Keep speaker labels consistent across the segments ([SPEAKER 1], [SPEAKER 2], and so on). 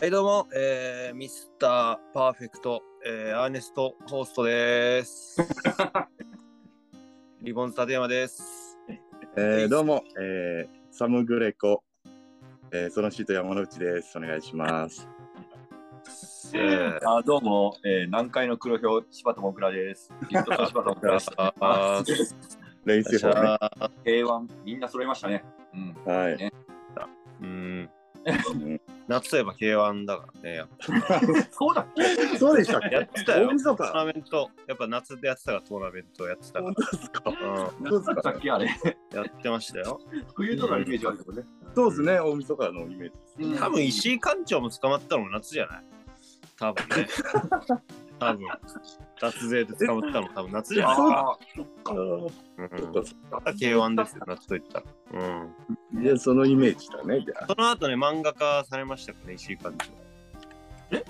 [SPEAKER 1] はい、どうも、えー、ミスターパーフェクト、えー、アーネスト・ホースト です。リボンズ・立山です。
[SPEAKER 2] えーどうも、えーサムグレコ、えーそのシート山之内です。お願いします。
[SPEAKER 1] えー、
[SPEAKER 3] あどうも、えー、南海の黒ひょう、柴田もぐらです。ゲストの柴田もぐらです。
[SPEAKER 1] あ
[SPEAKER 2] 練習法ね。は
[SPEAKER 1] ー、
[SPEAKER 3] 平和、みんな揃いましたね。うん。
[SPEAKER 2] い。
[SPEAKER 1] うん、
[SPEAKER 2] うん
[SPEAKER 1] 夏といえば K1 だからね。やっ
[SPEAKER 3] そうだっけ
[SPEAKER 2] そうでしたっ
[SPEAKER 1] ぱ
[SPEAKER 2] け
[SPEAKER 1] やってたよ。
[SPEAKER 2] 大晦
[SPEAKER 1] トー
[SPEAKER 2] 日。
[SPEAKER 1] ナメント、やっぱ夏でやってたからトーナメントやってたか
[SPEAKER 2] 本当ですか。
[SPEAKER 1] ら。
[SPEAKER 2] どうです
[SPEAKER 3] だった
[SPEAKER 2] か
[SPEAKER 3] っ。けあれ。
[SPEAKER 1] うん、やってましたよ。
[SPEAKER 3] 冬とかのイメージあるけどね。
[SPEAKER 2] そうですね、大晦日のイメージです。
[SPEAKER 3] うん
[SPEAKER 1] 多分、石井館長も捕まったのも夏じゃない多分 ね。多分。脱税で捕まったのも多分夏じゃないか。
[SPEAKER 3] あ
[SPEAKER 2] あー
[SPEAKER 1] うん、
[SPEAKER 2] そっかそっ
[SPEAKER 3] あ
[SPEAKER 1] K1 ですよ、夏といったら。うん。
[SPEAKER 2] かいや、そのイメージだね。じゃあ
[SPEAKER 1] その後ね、漫画化されましたかね、石井館長。
[SPEAKER 3] え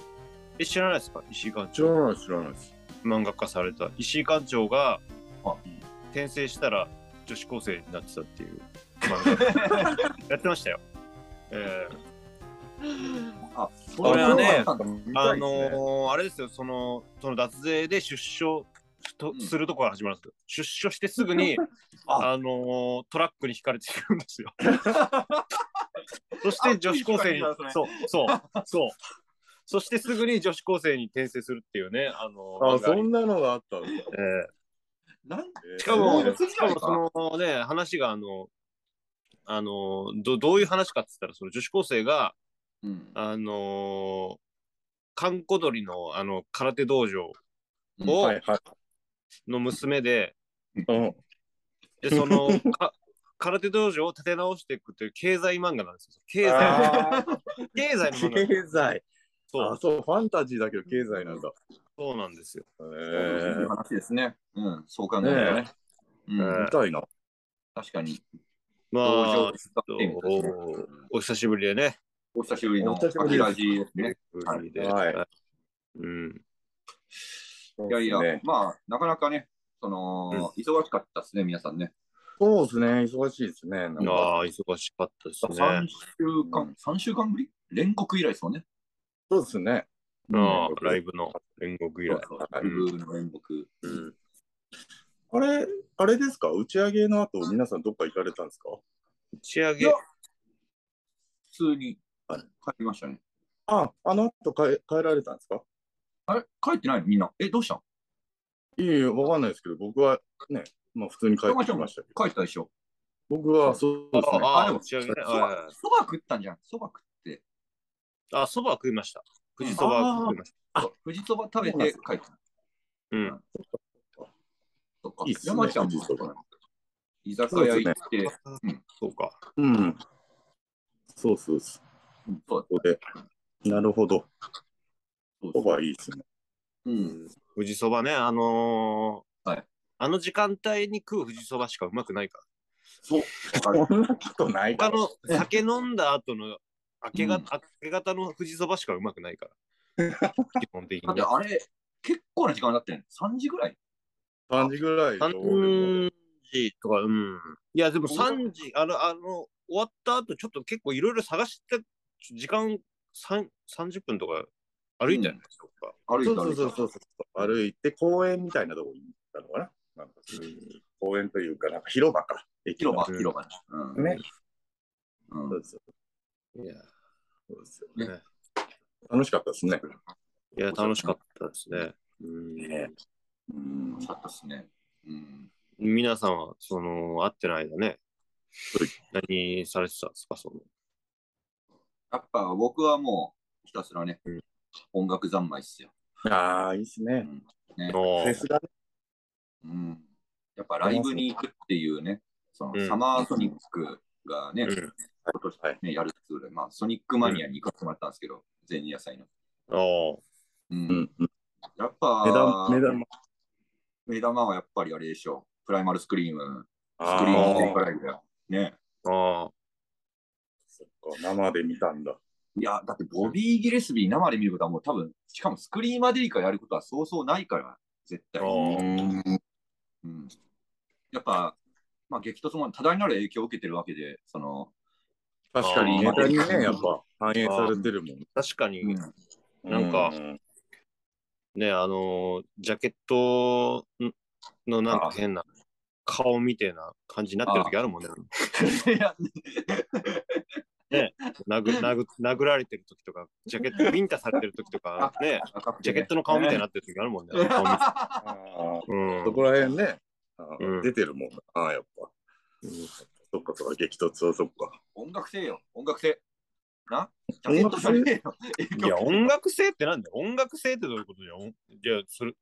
[SPEAKER 1] え知らないですか石井館
[SPEAKER 2] 知ら
[SPEAKER 1] 長。
[SPEAKER 2] ない、知らないです。
[SPEAKER 1] 漫画化された。石井館長が
[SPEAKER 3] あ
[SPEAKER 1] 転生したら女子高生になってたっていう漫 画。やってましたよ。えー
[SPEAKER 3] あ、
[SPEAKER 1] これはね
[SPEAKER 3] そうだったんだ
[SPEAKER 1] あのーあれですよ、その、その脱税で出所と
[SPEAKER 3] うん
[SPEAKER 1] するとこから始まるんですよ。出所してすぐに、
[SPEAKER 3] あ
[SPEAKER 1] あのートラックに引かれていくん ですよ。そして女子高生に
[SPEAKER 3] あいい話だ、
[SPEAKER 1] そう、そう、そう。そしてすぐに女子高生に転生するっていうね、あのー
[SPEAKER 2] あ、
[SPEAKER 1] 漫画
[SPEAKER 2] そ
[SPEAKER 1] あり
[SPEAKER 2] んなのがあったんだ。
[SPEAKER 1] え
[SPEAKER 3] なん
[SPEAKER 1] えし
[SPEAKER 2] し
[SPEAKER 1] か
[SPEAKER 3] も
[SPEAKER 1] も、
[SPEAKER 3] う次
[SPEAKER 1] しか
[SPEAKER 3] じゃない
[SPEAKER 1] も
[SPEAKER 3] か
[SPEAKER 1] そのね、話があの、あのーど、どういう話かって言ったら、その女子高生が、
[SPEAKER 3] うん
[SPEAKER 1] あのー、カンコドリの、あの、空手道場を、
[SPEAKER 2] はい は
[SPEAKER 1] の娘で、
[SPEAKER 2] い。うん。
[SPEAKER 1] で、その、か 空手道場を立て直していくという経済漫画なんですよ。経済、
[SPEAKER 2] あー
[SPEAKER 1] 経済の漫画 なんですよ。
[SPEAKER 2] 経済。
[SPEAKER 1] そ
[SPEAKER 2] あ、
[SPEAKER 1] う、
[SPEAKER 2] そう、ファンタジーだけど経済なんだ。
[SPEAKER 1] そうなんですよ。
[SPEAKER 2] え
[SPEAKER 3] いい
[SPEAKER 2] ー
[SPEAKER 3] 話ですね。うん、そう考えるとね。う
[SPEAKER 1] え
[SPEAKER 3] ん
[SPEAKER 2] 見、たいな。
[SPEAKER 3] 確かに。
[SPEAKER 1] ま
[SPEAKER 3] 道
[SPEAKER 1] あ
[SPEAKER 3] 場、使ってみたいな
[SPEAKER 1] おお久しぶりでね。
[SPEAKER 3] お久しぶりの
[SPEAKER 2] お久しぶ
[SPEAKER 3] ア
[SPEAKER 2] り
[SPEAKER 3] キ
[SPEAKER 2] です
[SPEAKER 3] ラジー
[SPEAKER 1] で
[SPEAKER 3] ですね。
[SPEAKER 2] はい
[SPEAKER 1] うん。
[SPEAKER 2] い
[SPEAKER 3] いやいや、まあ、なかなかね、その、忙しかったですね、皆さんね。
[SPEAKER 2] そうですね、忙しいですね。なんか
[SPEAKER 1] ああ、忙しかったです
[SPEAKER 3] 3
[SPEAKER 1] ね。
[SPEAKER 3] 週間、三週間ぶり煉獄以来ですもんね。
[SPEAKER 2] そうですね。
[SPEAKER 1] あ
[SPEAKER 2] うん
[SPEAKER 1] あライブの煉獄以来。
[SPEAKER 3] そう
[SPEAKER 2] は
[SPEAKER 1] う
[SPEAKER 2] い
[SPEAKER 1] ん
[SPEAKER 3] ブーの煉獄。
[SPEAKER 1] うん
[SPEAKER 2] あれ、あれですか打ち上げの後、皆さんどっか行かれたんですか
[SPEAKER 1] 打ち上
[SPEAKER 3] い
[SPEAKER 1] げ
[SPEAKER 3] や、普通に
[SPEAKER 2] は
[SPEAKER 3] 帰
[SPEAKER 2] い
[SPEAKER 3] りましたね。
[SPEAKER 2] あ、あの後帰帰られたんですか
[SPEAKER 3] あれ帰ってないみんな。え、どうしたん
[SPEAKER 2] いえいえ、わかんないですけど、僕はね、まあ普通に帰ってきましたけど、
[SPEAKER 3] 帰ったでしょ。
[SPEAKER 2] 僕はそうですね。
[SPEAKER 1] あ
[SPEAKER 3] あ
[SPEAKER 1] あ、
[SPEAKER 3] で
[SPEAKER 1] 打
[SPEAKER 3] も
[SPEAKER 1] ち上げね。
[SPEAKER 3] そ
[SPEAKER 1] はいはい
[SPEAKER 3] ば
[SPEAKER 1] はい
[SPEAKER 3] そば食ったんじゃん。そば食って。
[SPEAKER 1] あ、そば食いました。富士そば食いました。
[SPEAKER 3] 富士そば食べて帰った。
[SPEAKER 1] うん。
[SPEAKER 3] そっか
[SPEAKER 2] いいっすね
[SPEAKER 3] 山ちゃんも
[SPEAKER 2] 富士そば
[SPEAKER 3] 居酒屋行って、
[SPEAKER 1] そうか。
[SPEAKER 2] うん。そうそうそ
[SPEAKER 3] う
[SPEAKER 2] う。
[SPEAKER 3] んそう
[SPEAKER 2] ここで。なるほど。
[SPEAKER 3] そう
[SPEAKER 2] そ
[SPEAKER 3] そう。
[SPEAKER 2] ばいいですね。
[SPEAKER 3] うん。
[SPEAKER 1] 富士そばね、あのー
[SPEAKER 3] はい
[SPEAKER 1] あの時間帯に食う富士そばしかうまくないから。
[SPEAKER 3] わかる
[SPEAKER 2] そんなことない
[SPEAKER 1] 他
[SPEAKER 2] か
[SPEAKER 1] の酒飲んだ後の明けが、
[SPEAKER 3] うん
[SPEAKER 1] 明け方の富士そばしかうまくない から。基本的
[SPEAKER 3] だっ
[SPEAKER 1] に
[SPEAKER 3] て。あれ、結構な時間だったよね。3時ぐらい
[SPEAKER 2] ら。3時ぐらいで俺も
[SPEAKER 1] 3時とか、うん。いや、でも3時、あの、あの、終わった後、ちょっと結構いろいろ探して、時間3 30分とか歩いたんですよ、僕は
[SPEAKER 3] 歩い
[SPEAKER 2] そ
[SPEAKER 3] た
[SPEAKER 2] うそうそうそうそう。歩いて公園みたいなとこに行ったのかななんか公園というか、なんか広場か。駅の
[SPEAKER 3] 広場、広場ね。うん
[SPEAKER 2] ね。
[SPEAKER 3] うん
[SPEAKER 2] そうですよ
[SPEAKER 1] いや
[SPEAKER 2] そうですよ
[SPEAKER 1] ね
[SPEAKER 2] 楽しかったですね。
[SPEAKER 1] いや、楽しかったですね。うん
[SPEAKER 2] ねうん
[SPEAKER 3] よかったですね。うん。
[SPEAKER 1] 皆さんは、その、会ってない間ね、何されてたんですか、その。
[SPEAKER 3] やっぱ僕はもうひたすらね、
[SPEAKER 1] うん
[SPEAKER 3] 音楽三昧っすよ。
[SPEAKER 2] ああ、いいですね。
[SPEAKER 3] ね
[SPEAKER 1] の
[SPEAKER 2] フェスがね
[SPEAKER 3] うん。やっぱライブに行くっていうね、その、
[SPEAKER 1] うん
[SPEAKER 3] サマーソニックがね、
[SPEAKER 1] うん
[SPEAKER 3] 今年ね、やるってことで、まあソニックマニアに行かせてもらったんですけど、前夜祭の。
[SPEAKER 1] ああ
[SPEAKER 3] う。
[SPEAKER 2] うんんうん
[SPEAKER 3] やっぱ、
[SPEAKER 2] 目玉、目玉。
[SPEAKER 3] 目玉はやっぱりあれでしょう。プライマルスクリーム、スクリー
[SPEAKER 2] あ
[SPEAKER 3] ム
[SPEAKER 2] ー
[SPEAKER 3] 全開ライブだよ。ね。
[SPEAKER 1] ああ、
[SPEAKER 2] そっか生で見たんだ。
[SPEAKER 3] いや、だってボビー・ギレスビー生で見ることはもう多分、しかもスクリーマーデリカやることはそうそうないから、絶対。
[SPEAKER 1] あ
[SPEAKER 3] うんやっぱ、まあ、激突も多大なる影響を受けてるわけで、その、
[SPEAKER 2] 確かにネタに
[SPEAKER 3] あー
[SPEAKER 2] ね、やっぱ反映されてるもん。
[SPEAKER 1] 確かに、
[SPEAKER 3] うん
[SPEAKER 1] なんかね、あのージャケットのなんか変な顔みたいな感じになってる時あるもんね。
[SPEAKER 3] いや
[SPEAKER 1] 殴殴殴られてる時とか、ジャケットビンタされてる時とか、ね、ジャケットの顔みたいになってる時あるもんね。顔見て
[SPEAKER 2] あー
[SPEAKER 1] うん
[SPEAKER 2] そこら辺ね、あー
[SPEAKER 1] うん
[SPEAKER 2] 出てるもんな、ああ、やっぱ。そっかそっか、激突はそっか。
[SPEAKER 3] 音楽性よ、音楽性。なジャケットじゃねえよ。
[SPEAKER 1] いや、音楽性ってなんだよ。音楽性ってどういうことじゃんじゃあ、それ、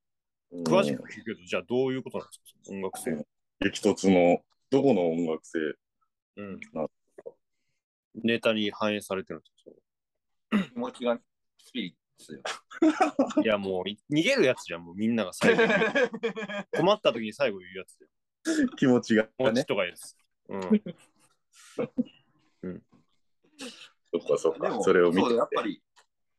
[SPEAKER 1] 詳しく聞くけど、じゃあどういうことなんですか音楽性。
[SPEAKER 2] うん激突の、どこの音楽性
[SPEAKER 1] うん
[SPEAKER 2] なる。
[SPEAKER 1] ネタに反映されてるんですよ
[SPEAKER 3] 気持ちがスピリッツよ。
[SPEAKER 1] いや、もう、い逃げるやつじゃん。もうみんなが最後に言う。困った時に最後言うやつじ
[SPEAKER 2] 気持ちが
[SPEAKER 1] ゃん。もち
[SPEAKER 2] ね。
[SPEAKER 1] とかです。うん。
[SPEAKER 2] そっかそっ
[SPEAKER 3] で
[SPEAKER 2] か、
[SPEAKER 3] も、
[SPEAKER 2] それを見て
[SPEAKER 3] そう
[SPEAKER 2] て。
[SPEAKER 3] やっぱり、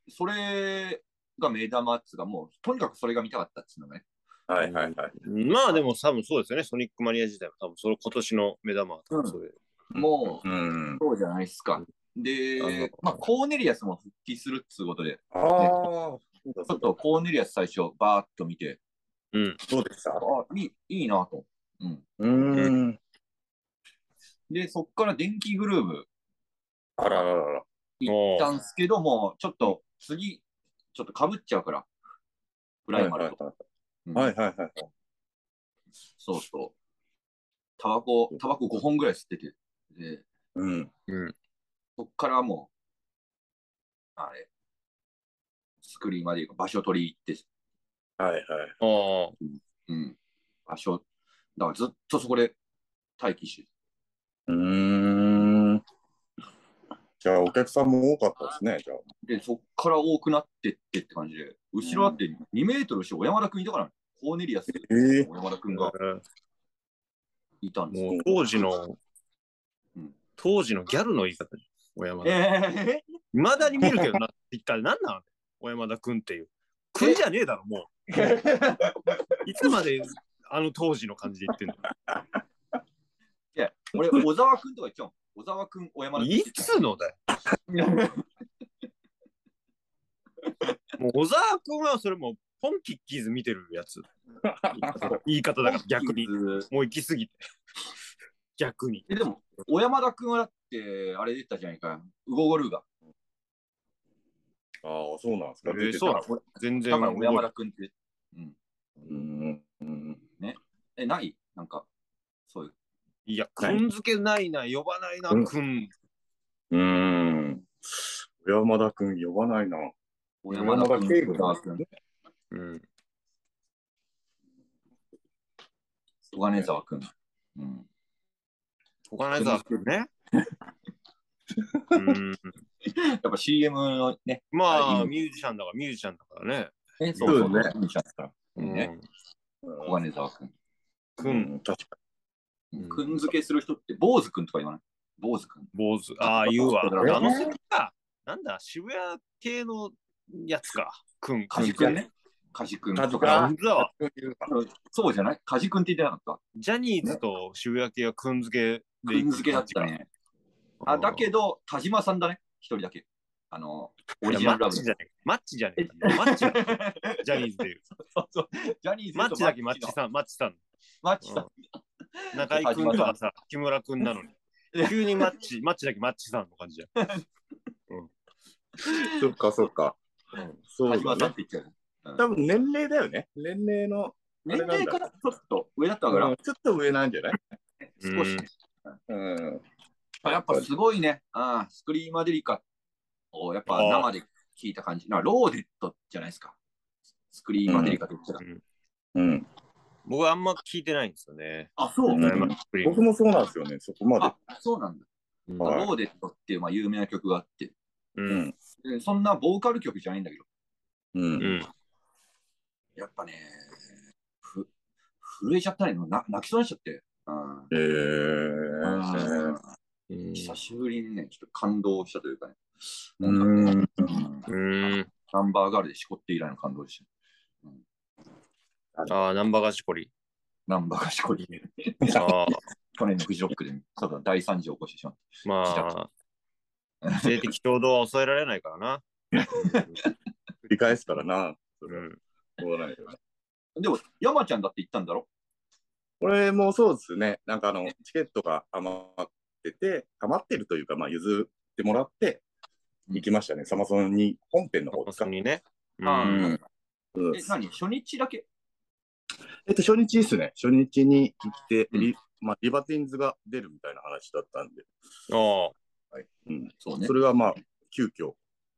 [SPEAKER 3] それが目玉っつうか、もう、とにかくそれが見たかったっつうのね。
[SPEAKER 2] はいはいはい。
[SPEAKER 1] まあでも多分そうですよね。ソニックマニア自体は多分その今年の目玉は多分それ。
[SPEAKER 3] もう、
[SPEAKER 2] うん。
[SPEAKER 3] そうじゃないっすか。
[SPEAKER 1] あの
[SPEAKER 3] で、まあ、コーネリアスも復帰するっつうことで、
[SPEAKER 2] ああ、そうだ
[SPEAKER 3] ち
[SPEAKER 2] そ
[SPEAKER 3] ょっ
[SPEAKER 2] うだ
[SPEAKER 3] とコーネリアス最初、バーっと見て、
[SPEAKER 1] うん。
[SPEAKER 2] どうでした
[SPEAKER 3] ああ、いいいいなと。うん。
[SPEAKER 2] うーん。
[SPEAKER 3] で、そっから電気グルーブ
[SPEAKER 2] あらららら。
[SPEAKER 3] 行ったんすけども、ちょっと次、ちょっとかぶっちゃうから、プライマルと。うん
[SPEAKER 2] はいはいはい。
[SPEAKER 3] そうそう。タバコ、タバコ5本ぐらい吸ってて、で、
[SPEAKER 2] うん。
[SPEAKER 1] うん。
[SPEAKER 3] そっからもう、あれ、スクリーンまで場所取り行って、
[SPEAKER 2] はいはい。
[SPEAKER 1] ああ。
[SPEAKER 3] うん、場所、だからずっとそこで待機して、
[SPEAKER 2] うーん。じゃあ、お客さんも多かったですね、じゃあ。
[SPEAKER 3] で、そっから多くなってってって感じで、後ろだって2メートル後ろ、小山田君いたから、コーネリアス、
[SPEAKER 2] ええ
[SPEAKER 3] 小山田君がいたんですよ。
[SPEAKER 1] もう当時の
[SPEAKER 3] うん、
[SPEAKER 1] 当時のギャルの言い方じゃん小山田。
[SPEAKER 3] え
[SPEAKER 1] いまだに見るけどな、 一体何なの小山田君っていう。くんじゃねえだろ、も
[SPEAKER 3] ー、
[SPEAKER 1] う。いつまであの当時の感じで言ってんの
[SPEAKER 3] いや、俺、小沢君とか言っちゃうもん。小沢君、小山田君。
[SPEAKER 1] いつのだよ。もう小沢君はそれもうポンキッキーズ見てるやつ。言い方だから逆に。もう行き過ぎて。逆に。
[SPEAKER 3] えでも、小山田君はだって、あれ出てたじゃないか。ウゴゴルーが。
[SPEAKER 2] ああ、そうなんですか。
[SPEAKER 1] えー
[SPEAKER 2] 出てた
[SPEAKER 1] そうなんで全
[SPEAKER 3] だ
[SPEAKER 1] 然
[SPEAKER 3] から小山田君って。うん。
[SPEAKER 2] うん。うん
[SPEAKER 3] え、ないなんか、そういう。
[SPEAKER 1] いや、くんづけないな、呼ばないな、
[SPEAKER 2] うん
[SPEAKER 1] くん。
[SPEAKER 2] うーん。小山田君呼ばないな。
[SPEAKER 3] 小
[SPEAKER 2] 山田君
[SPEAKER 3] 小沢君。
[SPEAKER 1] うん。
[SPEAKER 3] 小金沢君。うん。
[SPEAKER 1] 他のやつはね。 うん。
[SPEAKER 3] やっぱ CM のね。
[SPEAKER 1] ま
[SPEAKER 3] あ
[SPEAKER 1] あ、
[SPEAKER 3] いい
[SPEAKER 1] ミュージシャンだから、ミュージシャンだからね。
[SPEAKER 3] ね
[SPEAKER 2] そうそうね
[SPEAKER 3] ミュージシャンですから
[SPEAKER 1] うん
[SPEAKER 3] ね小金沢君。
[SPEAKER 1] く、
[SPEAKER 2] うんん。確か
[SPEAKER 1] うん
[SPEAKER 3] 君付けする人って、坊主君とか言わない坊主君。
[SPEAKER 1] 坊主。ああ、言うわ。
[SPEAKER 3] そうだ
[SPEAKER 1] あの世代か。なんだ、渋谷系のやつか。くん、
[SPEAKER 3] 梶君ね。梶君と
[SPEAKER 2] 梶
[SPEAKER 1] あ、
[SPEAKER 2] か
[SPEAKER 3] か。
[SPEAKER 1] 本当だわ。
[SPEAKER 2] に。
[SPEAKER 3] そうじゃない梶君って言ってなかっ
[SPEAKER 1] ジャニーズと渋谷系はくん付け
[SPEAKER 3] た
[SPEAKER 1] で
[SPEAKER 3] 君付けだったね。あ、だけど、田島さんだね。一人だけ。あの、オ
[SPEAKER 1] い
[SPEAKER 3] リ
[SPEAKER 1] や
[SPEAKER 3] ジナル
[SPEAKER 1] マ
[SPEAKER 3] ラ
[SPEAKER 1] ッ
[SPEAKER 3] ブ
[SPEAKER 1] チ。じ ゃねえマッチじゃねえマッチだジャニーズでいう。
[SPEAKER 3] そうそう。ジャニーズと
[SPEAKER 1] マッチだけマッ
[SPEAKER 3] の
[SPEAKER 1] チさん、マッチさん。
[SPEAKER 3] マッチさん。
[SPEAKER 1] 中居君とかさ、木村君なのに
[SPEAKER 3] いや。
[SPEAKER 1] 急にマッチ、マッチだけマッチさんの感じじゃん。
[SPEAKER 2] そっかそっか。そ
[SPEAKER 3] 田
[SPEAKER 2] う
[SPEAKER 3] 島
[SPEAKER 2] だ
[SPEAKER 3] さんっ
[SPEAKER 2] ね。
[SPEAKER 3] て言っちゃう。
[SPEAKER 2] 多分年齢だよね。年齢の。
[SPEAKER 3] 年齢からちょっと上だったか
[SPEAKER 2] う
[SPEAKER 3] ら
[SPEAKER 2] ん、ちょっと上なんじゃない
[SPEAKER 3] 少しね。
[SPEAKER 2] うん。
[SPEAKER 3] やっぱすごいね。あスクリーマデリカをやっぱ
[SPEAKER 1] あー
[SPEAKER 3] 生で聞いた感じ。なローデットじゃないですか。スクリーマデリカと言ったら。
[SPEAKER 2] うん。
[SPEAKER 1] 僕あんま聞いてないんですよね。
[SPEAKER 3] あ、そうう。
[SPEAKER 2] ん僕もそうなんですよね。そこまで
[SPEAKER 3] あ。、そうなんだ。
[SPEAKER 2] はい
[SPEAKER 3] ローデットっていうまあ有名な曲があって、
[SPEAKER 1] う。
[SPEAKER 2] うんん。
[SPEAKER 3] でそんなボーカル曲じゃないんだけど、
[SPEAKER 2] うん。
[SPEAKER 1] うん。
[SPEAKER 3] やっぱね、ふ震えちゃったね。な泣きそうになっちゃって。うん
[SPEAKER 2] えー。
[SPEAKER 1] うん
[SPEAKER 3] 久しぶりにね、ちょっと感動したというかね、
[SPEAKER 2] うん。
[SPEAKER 3] うん
[SPEAKER 1] うん。
[SPEAKER 3] ナンバーガールでしこって以来の感動でした。
[SPEAKER 1] ああ、ナンバーガシコリ。
[SPEAKER 3] ナンバーがしこり、
[SPEAKER 1] ああ、
[SPEAKER 3] 去年のフジロックで、ただ大惨事を起こしてしまっ
[SPEAKER 1] まあ、性的衝動は抑えられないからな。
[SPEAKER 2] 繰り返すからな。そうれは
[SPEAKER 1] ん、
[SPEAKER 2] しょうがないよね
[SPEAKER 3] でも、山ちゃんだって行ったんだろ
[SPEAKER 2] これもそうですね。なんかあの、チケットが余ってて、余ってるというか、まあ、譲ってもらって、行きましたね。サマソンに、本編の方です
[SPEAKER 1] そ
[SPEAKER 2] か
[SPEAKER 1] こ。にね。う
[SPEAKER 3] あー
[SPEAKER 1] ん。
[SPEAKER 2] うん
[SPEAKER 3] え、何初日だけ
[SPEAKER 2] えっと、初日ですね。初日に行って、
[SPEAKER 3] うん
[SPEAKER 2] リまあ、リバティンズが出るみたいな話だったんで、
[SPEAKER 1] ああ。
[SPEAKER 2] うん
[SPEAKER 3] そう
[SPEAKER 2] それがまあ、急遽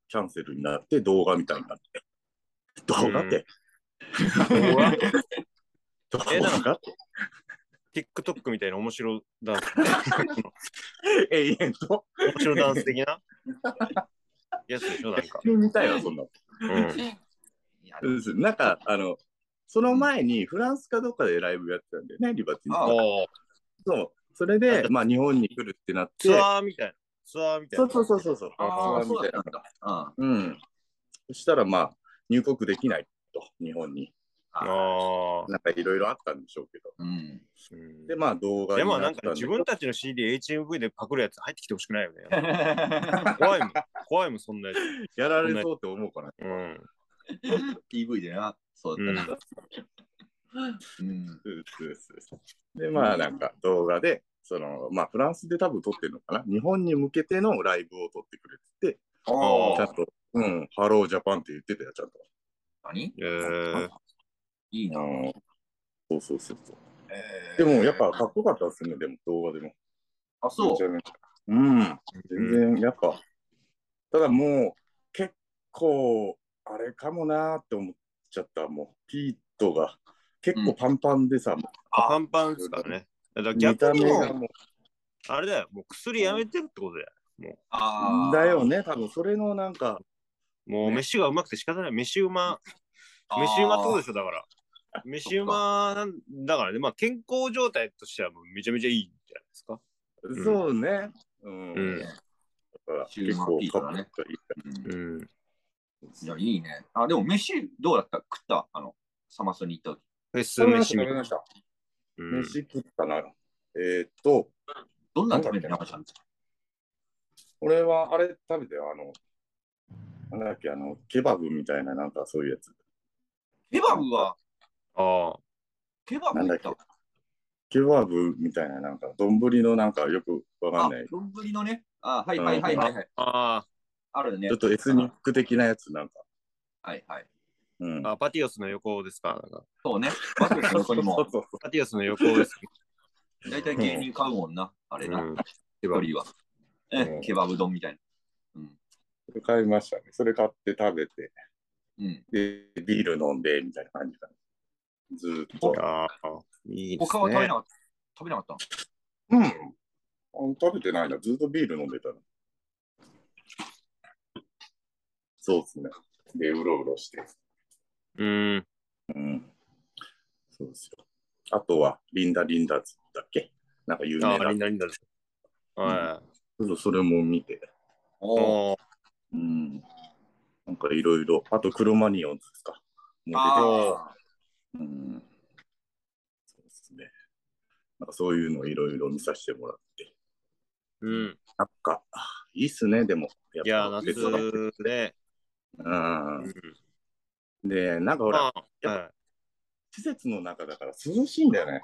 [SPEAKER 2] キャンセルになって、動画みたいになって。動画って、
[SPEAKER 1] 動 画
[SPEAKER 2] 動
[SPEAKER 1] えなん
[SPEAKER 2] 画って
[SPEAKER 1] TikTok みたいな面白ダンス、
[SPEAKER 2] 永遠と。
[SPEAKER 1] 面白ダンス 的なやつでしょ、なんか。
[SPEAKER 2] 急に見たいな、そんなの。
[SPEAKER 1] うん。
[SPEAKER 3] いや
[SPEAKER 2] そうですなんか、あの、その前にフランスかどっかでライブやってたんだよね、リバティンズ
[SPEAKER 1] あ
[SPEAKER 3] あ
[SPEAKER 2] が。
[SPEAKER 1] あ。
[SPEAKER 2] そう。それで、まあ、日本に来るってなって、
[SPEAKER 1] ツアーみたいな。ツアーみたい
[SPEAKER 2] そ
[SPEAKER 1] な。
[SPEAKER 2] うそうそうそうそう。
[SPEAKER 3] ああ、
[SPEAKER 2] ツアーみ
[SPEAKER 3] そう
[SPEAKER 2] た
[SPEAKER 3] だ
[SPEAKER 2] い
[SPEAKER 3] った
[SPEAKER 2] なん
[SPEAKER 3] だ。うん。
[SPEAKER 2] うん。そしたら、まあ、入国できないと、日本に。
[SPEAKER 3] あ
[SPEAKER 1] ああ。
[SPEAKER 2] なんかいろいろあったんでしょうけど。
[SPEAKER 3] うん。
[SPEAKER 1] うん
[SPEAKER 2] で、まあ動画
[SPEAKER 1] で
[SPEAKER 2] にな
[SPEAKER 1] も
[SPEAKER 2] った
[SPEAKER 1] なんん
[SPEAKER 2] で
[SPEAKER 1] か自分たちの CD、HMV でパクるやつ入ってきてほしくないよね。 怖いもん。怖いもん、そんなやつ。
[SPEAKER 2] やられそうって思うかな。
[SPEAKER 1] うん。
[SPEAKER 3] PV でな、そうだったな。うん。
[SPEAKER 2] そうですそうですで、まあなんか動画で、その、まあフランスで多分撮ってるのかな。日本に向けてのライブを撮ってくれてて、
[SPEAKER 1] あ
[SPEAKER 2] ちゃんと、うん、ハロージャパンって言ってたよ、ちゃんと。
[SPEAKER 3] 何
[SPEAKER 1] えー、
[SPEAKER 3] いいな。
[SPEAKER 2] うんそうそうそうそう。でもやっぱかっこよかったですね、でも動画でも。
[SPEAKER 3] あ、そう
[SPEAKER 2] めち。ゃめちゃうん。全然やっぱ、ただもう結構あれかもなーって思っちゃったもうピートが結構パンパンでさ、
[SPEAKER 1] パンパンですからね。だから
[SPEAKER 2] 見た
[SPEAKER 1] 逆に
[SPEAKER 2] 目
[SPEAKER 1] も
[SPEAKER 2] が
[SPEAKER 1] う、
[SPEAKER 2] も
[SPEAKER 1] あれだよ、もう薬やめてるってことだよ。
[SPEAKER 3] あ
[SPEAKER 2] う
[SPEAKER 3] あ。
[SPEAKER 2] だよね多分それのなんか
[SPEAKER 1] もう飯がうまくて仕方ない。飯うま、
[SPEAKER 3] あー。
[SPEAKER 1] 飯うまってことでしょ、だから。飯うまなんだからね、まあ健康状態としてはもうめちゃめちゃいいんじゃないですか。ん
[SPEAKER 2] そうねうん、
[SPEAKER 1] うん
[SPEAKER 2] だから
[SPEAKER 3] シュー
[SPEAKER 2] 結
[SPEAKER 3] マッ
[SPEAKER 2] 構
[SPEAKER 3] ピー
[SPEAKER 2] か
[SPEAKER 3] ト
[SPEAKER 2] っこ
[SPEAKER 3] だ
[SPEAKER 2] いい
[SPEAKER 3] ねうん
[SPEAKER 1] うん。
[SPEAKER 3] いや、いいね。あ、でも飯どうだった食ったあの、サマソニ行った時。
[SPEAKER 1] フェス
[SPEAKER 2] 食べま
[SPEAKER 1] 飯
[SPEAKER 2] した
[SPEAKER 1] みた
[SPEAKER 2] 食
[SPEAKER 1] い
[SPEAKER 2] べま
[SPEAKER 1] な。
[SPEAKER 2] した
[SPEAKER 1] うん
[SPEAKER 2] 飯食ったな、えー、っと
[SPEAKER 3] どんなの食べるの山ちゃんって。
[SPEAKER 2] 俺はあれ食べてよあのなんだっけあのケバブみたいななんかそういうやつ
[SPEAKER 3] ケバブは、
[SPEAKER 1] ああ。
[SPEAKER 3] ケバブ
[SPEAKER 2] なんだ
[SPEAKER 3] 行
[SPEAKER 2] っ
[SPEAKER 3] っ
[SPEAKER 2] け
[SPEAKER 3] た。
[SPEAKER 2] ケバブみたいななんか丼のなんかよくわか
[SPEAKER 3] あ
[SPEAKER 2] んない、
[SPEAKER 3] 丼のね。あ、はいはいはいはいはい。
[SPEAKER 1] あ
[SPEAKER 3] あるね
[SPEAKER 2] ちょっ。とエスニック的なやつなんか。
[SPEAKER 3] はいはい。
[SPEAKER 2] うん
[SPEAKER 1] あ。あ、パティオスの横ですか。なんか
[SPEAKER 3] そうね。バスケの子に
[SPEAKER 2] そう
[SPEAKER 3] も、
[SPEAKER 2] そうそ
[SPEAKER 1] パティオスの横です。
[SPEAKER 3] 大体芸人買うもんな。あれ
[SPEAKER 1] う
[SPEAKER 3] な。
[SPEAKER 1] ん。
[SPEAKER 3] ケバブは。
[SPEAKER 2] うん
[SPEAKER 3] えケバブ丼みたいな。うん。
[SPEAKER 2] う買いましたね。それ買って食べて、
[SPEAKER 3] うん。
[SPEAKER 2] で、ビール飲んで、みたいな感じだね。ずーっと。
[SPEAKER 1] ああ、いいです
[SPEAKER 3] 他は食べ
[SPEAKER 1] ね
[SPEAKER 3] な。かった。食べなかったの
[SPEAKER 2] うんあ。食べてないな。ずーっとビール飲んでたの。そうですね。で、うろうろして。
[SPEAKER 1] うん。
[SPEAKER 2] うん。そうですよ。あとは、リンダ・リンダズだっけなんか有
[SPEAKER 1] あ
[SPEAKER 2] 名
[SPEAKER 1] あ、
[SPEAKER 2] な
[SPEAKER 1] リン。ダリンダです。は
[SPEAKER 2] そうそれも見て。
[SPEAKER 1] い。
[SPEAKER 3] おー
[SPEAKER 1] おー
[SPEAKER 2] うん。なんかいろいろ。あと、クロマニオンズですか。もう出て
[SPEAKER 1] ー
[SPEAKER 3] あ
[SPEAKER 2] うんそうですね。なんかそういうのをいろいろ見させてもらって。
[SPEAKER 1] うん。
[SPEAKER 2] なんか、いいっすね、でも。やっぱ
[SPEAKER 1] いや、
[SPEAKER 2] 別の
[SPEAKER 1] 夏で。
[SPEAKER 2] う
[SPEAKER 1] うん
[SPEAKER 2] ん。で、なんかほら、
[SPEAKER 1] まあはい
[SPEAKER 2] 施設の中だから涼しいんだよね。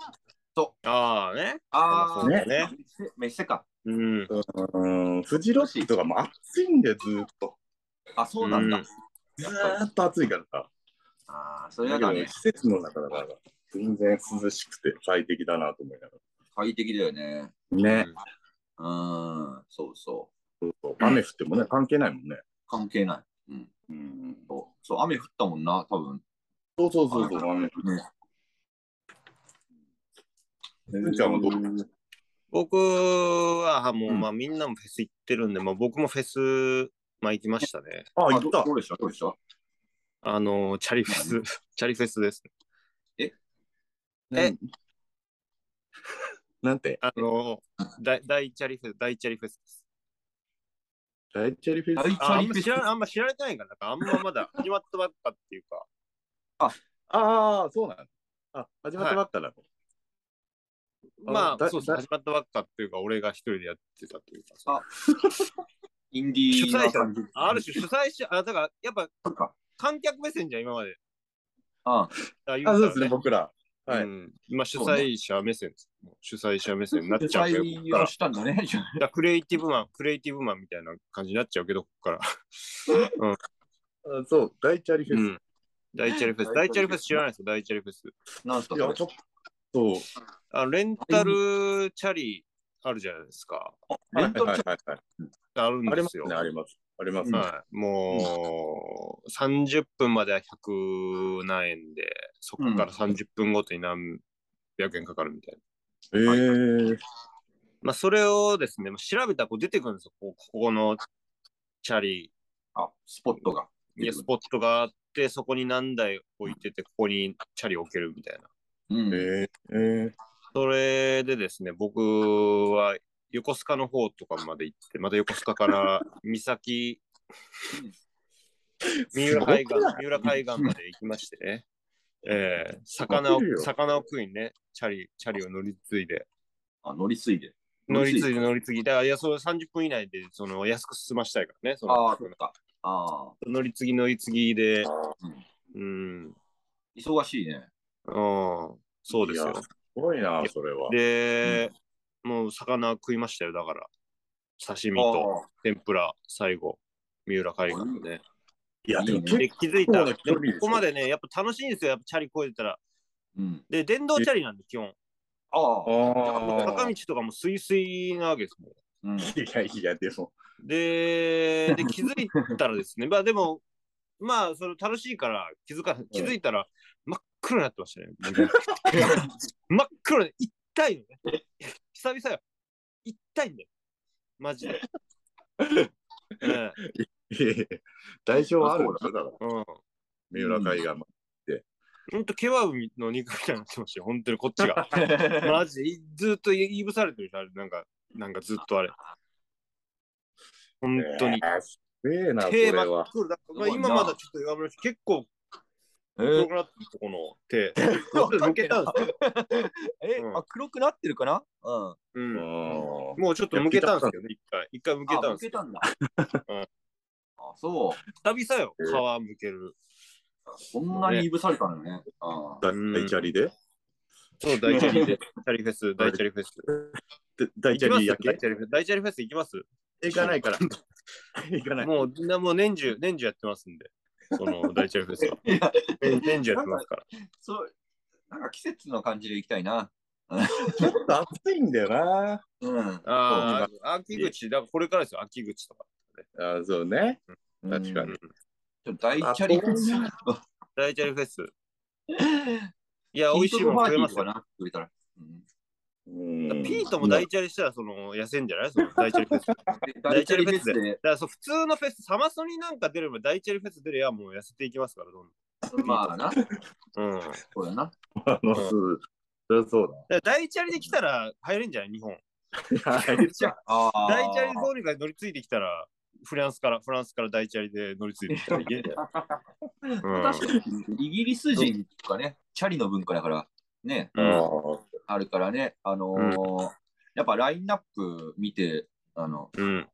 [SPEAKER 1] ああ、ね。
[SPEAKER 3] あ
[SPEAKER 1] そう
[SPEAKER 3] ー。
[SPEAKER 1] だね。
[SPEAKER 3] せ飯か。
[SPEAKER 1] うん。
[SPEAKER 2] うん。フジロッシーとかも暑いんだよ、ずーっと。
[SPEAKER 3] あ、そうなん
[SPEAKER 1] う
[SPEAKER 3] だ
[SPEAKER 1] ん。
[SPEAKER 2] ずーっと暑いからさ。
[SPEAKER 3] ああ、それ
[SPEAKER 2] だ
[SPEAKER 3] は
[SPEAKER 2] けど
[SPEAKER 3] だ
[SPEAKER 2] ね、
[SPEAKER 3] ね。
[SPEAKER 2] 施設の中だから、全然涼しくて快適だなと思いなが
[SPEAKER 3] 快適だよね。
[SPEAKER 2] ら。ね。
[SPEAKER 3] うーん、そうそう。
[SPEAKER 2] 雨降ってもね、関係ないもんね。
[SPEAKER 3] 関係ない。うん。
[SPEAKER 2] うん。
[SPEAKER 3] そう、そう雨降ったもんな、多分。
[SPEAKER 2] そうそうそうそう、雨降って。うんちゃんはどう
[SPEAKER 1] 僕は、もう、
[SPEAKER 2] うん
[SPEAKER 1] まあ、みんなもフェス行ってるんで、まあ、僕もフェス、まあ、行きましたね。
[SPEAKER 2] あ、
[SPEAKER 3] あ、行
[SPEAKER 2] 行っ
[SPEAKER 3] った。
[SPEAKER 2] た
[SPEAKER 3] ど。うでしたどうでした
[SPEAKER 1] あの、チャリフェ ス、チャリフェスです。え
[SPEAKER 2] なんて
[SPEAKER 1] あの、大大チャリフェス、大チャリフェスです。
[SPEAKER 2] ライチャリフェ
[SPEAKER 3] 大
[SPEAKER 2] ス
[SPEAKER 3] チ
[SPEAKER 1] あ
[SPEAKER 3] ャ
[SPEAKER 1] あん
[SPEAKER 3] リフ
[SPEAKER 1] ま
[SPEAKER 3] ェ
[SPEAKER 1] 知
[SPEAKER 3] ス
[SPEAKER 1] らあんま知られてないから、なんかあんままだ始まったばっかっていうか、
[SPEAKER 2] ああ、そうなの。あ、始まったばっかだ。あ
[SPEAKER 1] まあ、
[SPEAKER 2] だ
[SPEAKER 1] そうですね
[SPEAKER 2] だ
[SPEAKER 1] 始まったばっかっていうか、俺が一人でやってたっていうかさ。
[SPEAKER 3] あインディーな感じ。
[SPEAKER 1] ある種主催者、あだからやっぱ
[SPEAKER 3] そっか。
[SPEAKER 1] 観客目線じゃん、今まで。
[SPEAKER 3] ああ
[SPEAKER 1] あ言
[SPEAKER 2] あ、そう
[SPEAKER 1] たら
[SPEAKER 2] ですね、僕ら。はい
[SPEAKER 1] うん、今、主催者目線です。もう主催者目線になっ
[SPEAKER 3] 主
[SPEAKER 1] ちゃうけど、ここ
[SPEAKER 3] 催
[SPEAKER 1] か
[SPEAKER 3] を
[SPEAKER 1] ら
[SPEAKER 3] したんだね。
[SPEAKER 1] だからクリエイティブマン、クリエイティブマンみたいな感じになっちゃうけど、ここから。
[SPEAKER 2] あそう、大チャリフ
[SPEAKER 1] う
[SPEAKER 2] ェス。
[SPEAKER 1] ん。第一チャリフェス。第一チャリフェス知らないですよ、第一チャリフェス。
[SPEAKER 3] なんすか
[SPEAKER 2] いや、ちょっと、
[SPEAKER 1] あのレンタルチャリあるじゃないですか。
[SPEAKER 3] レ
[SPEAKER 2] はい
[SPEAKER 3] ンタル
[SPEAKER 2] はい
[SPEAKER 3] チャ
[SPEAKER 2] はいはい。
[SPEAKER 1] あるん
[SPEAKER 2] あり
[SPEAKER 1] で
[SPEAKER 2] ますす
[SPEAKER 1] よ。
[SPEAKER 2] ね、あります。ありますね。
[SPEAKER 1] はい、もう30分までは100何円で、そこから30分ごとに何百円かかるみたいな。
[SPEAKER 2] えー、
[SPEAKER 1] まあ、それをですね、まあ調べたらこう出てくるんですよ。こうここのチャリ、
[SPEAKER 3] あ、スポットが。
[SPEAKER 1] いやスポットがあって、そこに何台置いてて、ここにチャリ置けるみたいな。
[SPEAKER 3] うん。
[SPEAKER 2] えー、え
[SPEAKER 1] それでですね、僕は横須賀の方とかまで行って、また横須賀から三崎
[SPEAKER 3] うん、
[SPEAKER 1] 三浦海岸、
[SPEAKER 2] すごくな
[SPEAKER 1] 三浦海岸まで行きましてね、えー魚を
[SPEAKER 2] すごい、よ
[SPEAKER 1] 魚を食いにね、チャリ、チャリを乗り継いで、
[SPEAKER 3] あ、乗り継いで。
[SPEAKER 1] 乗り継
[SPEAKER 3] い
[SPEAKER 1] いで乗り継ぎ、だから、いや、それ30分以内で、その、安く済ましたいからね、その
[SPEAKER 3] ああ、そっか。ああ、
[SPEAKER 1] 乗り継ぎ乗り継ぎで、
[SPEAKER 3] うん
[SPEAKER 1] うん、
[SPEAKER 3] 忙しいね。
[SPEAKER 1] うん、そうです
[SPEAKER 2] い
[SPEAKER 1] よ
[SPEAKER 2] や。すごいな、それは。
[SPEAKER 1] で、もう魚食いましたよ、だから。刺身と
[SPEAKER 3] ああ
[SPEAKER 1] 天ぷら、最後、三浦海岸のね。
[SPEAKER 2] いや、でも
[SPEAKER 3] いいね
[SPEAKER 2] 結
[SPEAKER 1] で、気づい
[SPEAKER 2] そ
[SPEAKER 1] た。
[SPEAKER 2] うだ
[SPEAKER 1] で
[SPEAKER 2] 距離でしょ
[SPEAKER 1] ここまでね、やっぱ楽しいんですよ、やっぱチャリ越えてたら。
[SPEAKER 3] うん。
[SPEAKER 1] で、電動チャリなんで、基本。
[SPEAKER 3] あ
[SPEAKER 2] 構、
[SPEAKER 3] あ、
[SPEAKER 2] あ
[SPEAKER 1] 坂
[SPEAKER 2] あ
[SPEAKER 1] 道とかもスイスイなわけですもん。
[SPEAKER 3] うん。
[SPEAKER 2] ー、いやいや、でも、
[SPEAKER 1] で、で気づいたらですね、まあでも、まあ、それ楽しいから気づか、気づいたら、真っ黒になってま したね。真っ黒で、痛いのね。久々よ。痛いんだよ。マジ で。ええ
[SPEAKER 2] いやいや代表はあるんだ
[SPEAKER 3] そ
[SPEAKER 2] よ、だから、
[SPEAKER 1] うん。
[SPEAKER 2] 三浦海岸の。
[SPEAKER 1] ほんと、ケバブの肉みたいになってましたよ。本当にこっちが。マジで、ずっと言いぶされてるじゃん。あれなんか、なんかずっとあれ。本当に。
[SPEAKER 2] えー。すげえな、こ
[SPEAKER 1] 手
[SPEAKER 2] れ
[SPEAKER 1] 真っ
[SPEAKER 2] は。
[SPEAKER 1] 黒だ。まあ、
[SPEAKER 3] すごいな
[SPEAKER 1] 今まだちょっと弱めるし、結構
[SPEAKER 3] え
[SPEAKER 1] 黒
[SPEAKER 3] ー
[SPEAKER 1] くなってるとこの手。抜けたんですよ。
[SPEAKER 3] え
[SPEAKER 1] うん
[SPEAKER 3] あ、黒くなってるかなうん。
[SPEAKER 1] う。
[SPEAKER 2] うんん
[SPEAKER 1] もうちょっと抜けたんですよね、一回。一回抜けたんですよ。
[SPEAKER 3] あ抜けたんだ。
[SPEAKER 1] うん
[SPEAKER 3] あ、そう。
[SPEAKER 1] 久々よ、
[SPEAKER 2] え
[SPEAKER 1] 皮むける。
[SPEAKER 3] こんなにいぶされたのね。ああ。
[SPEAKER 2] 大大チャリで
[SPEAKER 1] そう、大チャリで。チャリフェス、大チャリフェス。
[SPEAKER 2] で大チャリや
[SPEAKER 1] 行きます大
[SPEAKER 2] け
[SPEAKER 1] チャリフェス。大チャリフェス行きます
[SPEAKER 2] 行かないから。行かない。
[SPEAKER 1] もう、なもう年中、年中やってますんで。その、大チャリフェスは。
[SPEAKER 3] いや、
[SPEAKER 1] 年年中やってますから。
[SPEAKER 3] そう、なんか季節の感じで行きたいな。
[SPEAKER 2] ちょっと暑いんだよな。
[SPEAKER 3] うん。
[SPEAKER 1] ああ、秋口、だからこれからですよ、秋口とか。
[SPEAKER 2] あそうね。確か
[SPEAKER 1] う
[SPEAKER 2] に
[SPEAKER 1] ん。
[SPEAKER 3] ちょっと大チャリ
[SPEAKER 2] あそうなん
[SPEAKER 1] 大チャリフェス。 いや、美味しいもん
[SPEAKER 3] 食
[SPEAKER 1] 食
[SPEAKER 3] え
[SPEAKER 1] え
[SPEAKER 3] ま
[SPEAKER 1] ますす
[SPEAKER 3] か
[SPEAKER 1] よ。
[SPEAKER 3] な。食えたら。うん
[SPEAKER 2] うん
[SPEAKER 1] ピートも大チャリしたら、その、痩せんじゃないその、大チャリフェス。だか
[SPEAKER 3] 大チャリフェスで、
[SPEAKER 1] ら、そう普通のフェス、サマソニなんか出れば、大チャリフェス出れば、もう痩せていきますから、どん
[SPEAKER 3] まあな、そ
[SPEAKER 1] どん。うん。だか
[SPEAKER 3] うだな。
[SPEAKER 2] あの、そうそりゃそう
[SPEAKER 1] ら大チャリで来たら、入れんじゃない日本。
[SPEAKER 2] だ。いや
[SPEAKER 3] ああ。
[SPEAKER 1] 大チャリどうにか乗り継いできたら、フランスから、フランスから大チャリで乗り継いできたらいけんじゃない うん
[SPEAKER 3] 確かに、イギリス人とかね、チャリの文化だから、ね、
[SPEAKER 2] あ
[SPEAKER 1] うん
[SPEAKER 2] ー
[SPEAKER 3] あるからね、あのーやっぱラインナップ見て、あの、
[SPEAKER 1] うん。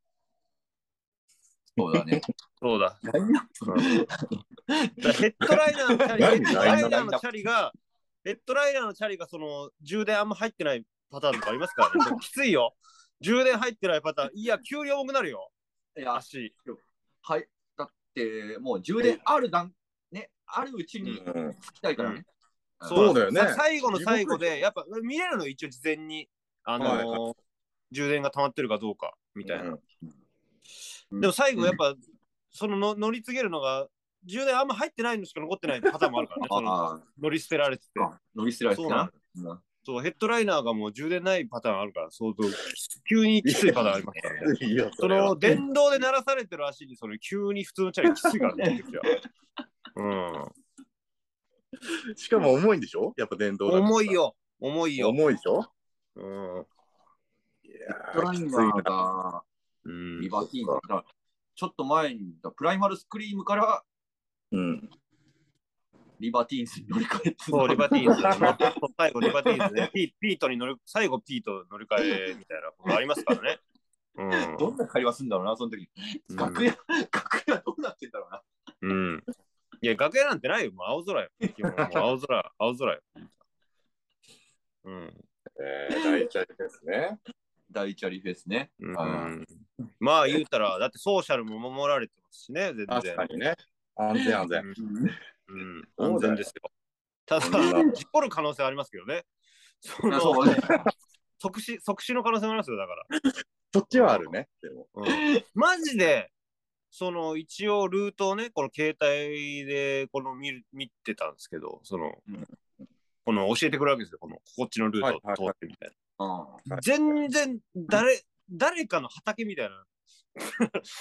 [SPEAKER 3] そうだね。
[SPEAKER 1] そうだ。
[SPEAKER 3] ラインナップ
[SPEAKER 1] だからヘッドライナーのチャリ、ヘ
[SPEAKER 2] 何
[SPEAKER 1] ッドライナーのチャリが、ヘッドライナーのチャリがその充電あんま入ってないパターンとかありますから ね。でもきついよ。充電入ってないパターン。いや、急に重くなるよ。
[SPEAKER 3] いや、
[SPEAKER 1] 足。
[SPEAKER 3] はい。だって、もう充電ある段、ね、あるうちに
[SPEAKER 2] うん
[SPEAKER 3] 着きたいからね。
[SPEAKER 1] ん
[SPEAKER 2] そうだよね
[SPEAKER 1] さ最後の最後で、やっぱ見れるの、一応事前に。あのー
[SPEAKER 2] はい
[SPEAKER 1] 充電が溜まってるかどうか、みたいな。
[SPEAKER 3] うん。
[SPEAKER 1] でも最後、やっぱ、そのの乗り継げるのが、充電あんま入ってないのしか残ってないパターンもある からねその
[SPEAKER 3] あ
[SPEAKER 1] 乗り捨てられてて。
[SPEAKER 3] あ、乗り捨てられてたな。うん
[SPEAKER 1] そう、ヘッドライナーがもう充電ないパターンあるから、相当、急にきついパターンありますからね。
[SPEAKER 2] いいよ、
[SPEAKER 1] そ
[SPEAKER 2] それは
[SPEAKER 1] の、電動で鳴らされてる足に、その、急に普通のチャリきついからね、時は
[SPEAKER 2] しかも重いんでしょやっぱ電
[SPEAKER 1] う
[SPEAKER 2] 動
[SPEAKER 1] ん。
[SPEAKER 2] だから
[SPEAKER 1] 重い。よ、重いよ。
[SPEAKER 2] 重いでしょ
[SPEAKER 1] うん。
[SPEAKER 2] い
[SPEAKER 3] ヘッドライナーが
[SPEAKER 1] うん
[SPEAKER 3] リバティーンだから、ちょっと前にプライマルスクリームから
[SPEAKER 2] うん。
[SPEAKER 3] リバティーンズに乗り換えて
[SPEAKER 1] そう、リバティーンズね、最後、リバティーンズね。ピピートに乗る、最後、ピート乗り換えみたいなことありますからね。うん
[SPEAKER 3] どんな会話すんだろうな、その時。
[SPEAKER 1] うん
[SPEAKER 3] 楽屋、 楽屋どうなってんだろうな。
[SPEAKER 1] うん。いや、楽屋なんてないよ。もう青空よ。基本もう青空、青空よ。うん。
[SPEAKER 2] えー、大体ですね。
[SPEAKER 3] 大チャリフェスね。
[SPEAKER 1] うん
[SPEAKER 3] あ
[SPEAKER 1] まあ言うたら、だってソーシャルも守られてますしね、全
[SPEAKER 2] 確
[SPEAKER 1] 然
[SPEAKER 2] か。にね。安全安全。
[SPEAKER 1] うん、
[SPEAKER 2] そうだよ
[SPEAKER 1] 安全ですよ。ただ、
[SPEAKER 2] そんな
[SPEAKER 1] 事故る可能性ありますけどね。そ
[SPEAKER 3] あ
[SPEAKER 1] の
[SPEAKER 3] そ うね。
[SPEAKER 1] 即死、即死の可能性もありますよ、だから。
[SPEAKER 2] そっちはあるね。でも。
[SPEAKER 1] うん、マジで、その一応ルートをね、この携帯でこの見る見てたんですけど、その、
[SPEAKER 3] うん
[SPEAKER 1] この教えてくるわけですよ、このこっちのルートを通ってみたいな。
[SPEAKER 3] あ
[SPEAKER 2] はい
[SPEAKER 1] 全然誰、誰かの畑みたいな、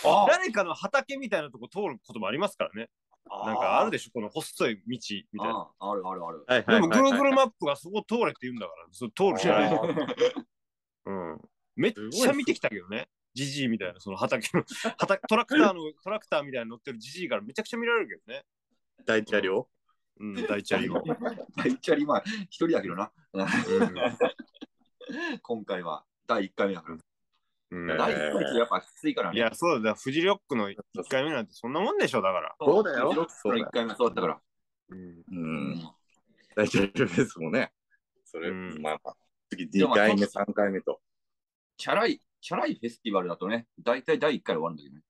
[SPEAKER 3] あ
[SPEAKER 1] 誰かの畑みたいなとこ通ることもありますからね。なんかあるでしょ、この細い道みたいな。
[SPEAKER 3] あああるあるある。
[SPEAKER 2] はい
[SPEAKER 1] でも Google マップがそこ通れって言うんだから、それ通るしかないじゃん。 うん。めっちゃ見てきたけどね。ジジイみたいな、その畑の、 畑トラクターの、トラクターみたいに乗ってるジジイからめちゃくちゃ見られるけどね。
[SPEAKER 2] 大車両。
[SPEAKER 1] うん、大チャリを。
[SPEAKER 3] 大チャリ、まあ、一人だけどな。
[SPEAKER 1] うん
[SPEAKER 3] 今回は、第1回目だから。
[SPEAKER 1] うん
[SPEAKER 2] えー
[SPEAKER 3] 第1回ってやっぱきついから
[SPEAKER 1] い
[SPEAKER 3] ね。
[SPEAKER 1] や、そうだ、フジロックの1回目なんてそんなもんでしょ、だから。
[SPEAKER 2] そうだよそう
[SPEAKER 3] 1
[SPEAKER 2] だよ
[SPEAKER 3] 回目そうだったから。
[SPEAKER 1] うん。
[SPEAKER 2] う。
[SPEAKER 3] うん
[SPEAKER 2] 大チャリフェスもね。それ、
[SPEAKER 1] うん
[SPEAKER 2] まあまあ。次、
[SPEAKER 3] でも
[SPEAKER 2] 2回目、3回目と。
[SPEAKER 3] チャラい、チャラいフェスティバルだとね、大体第1回終わるんだけどね。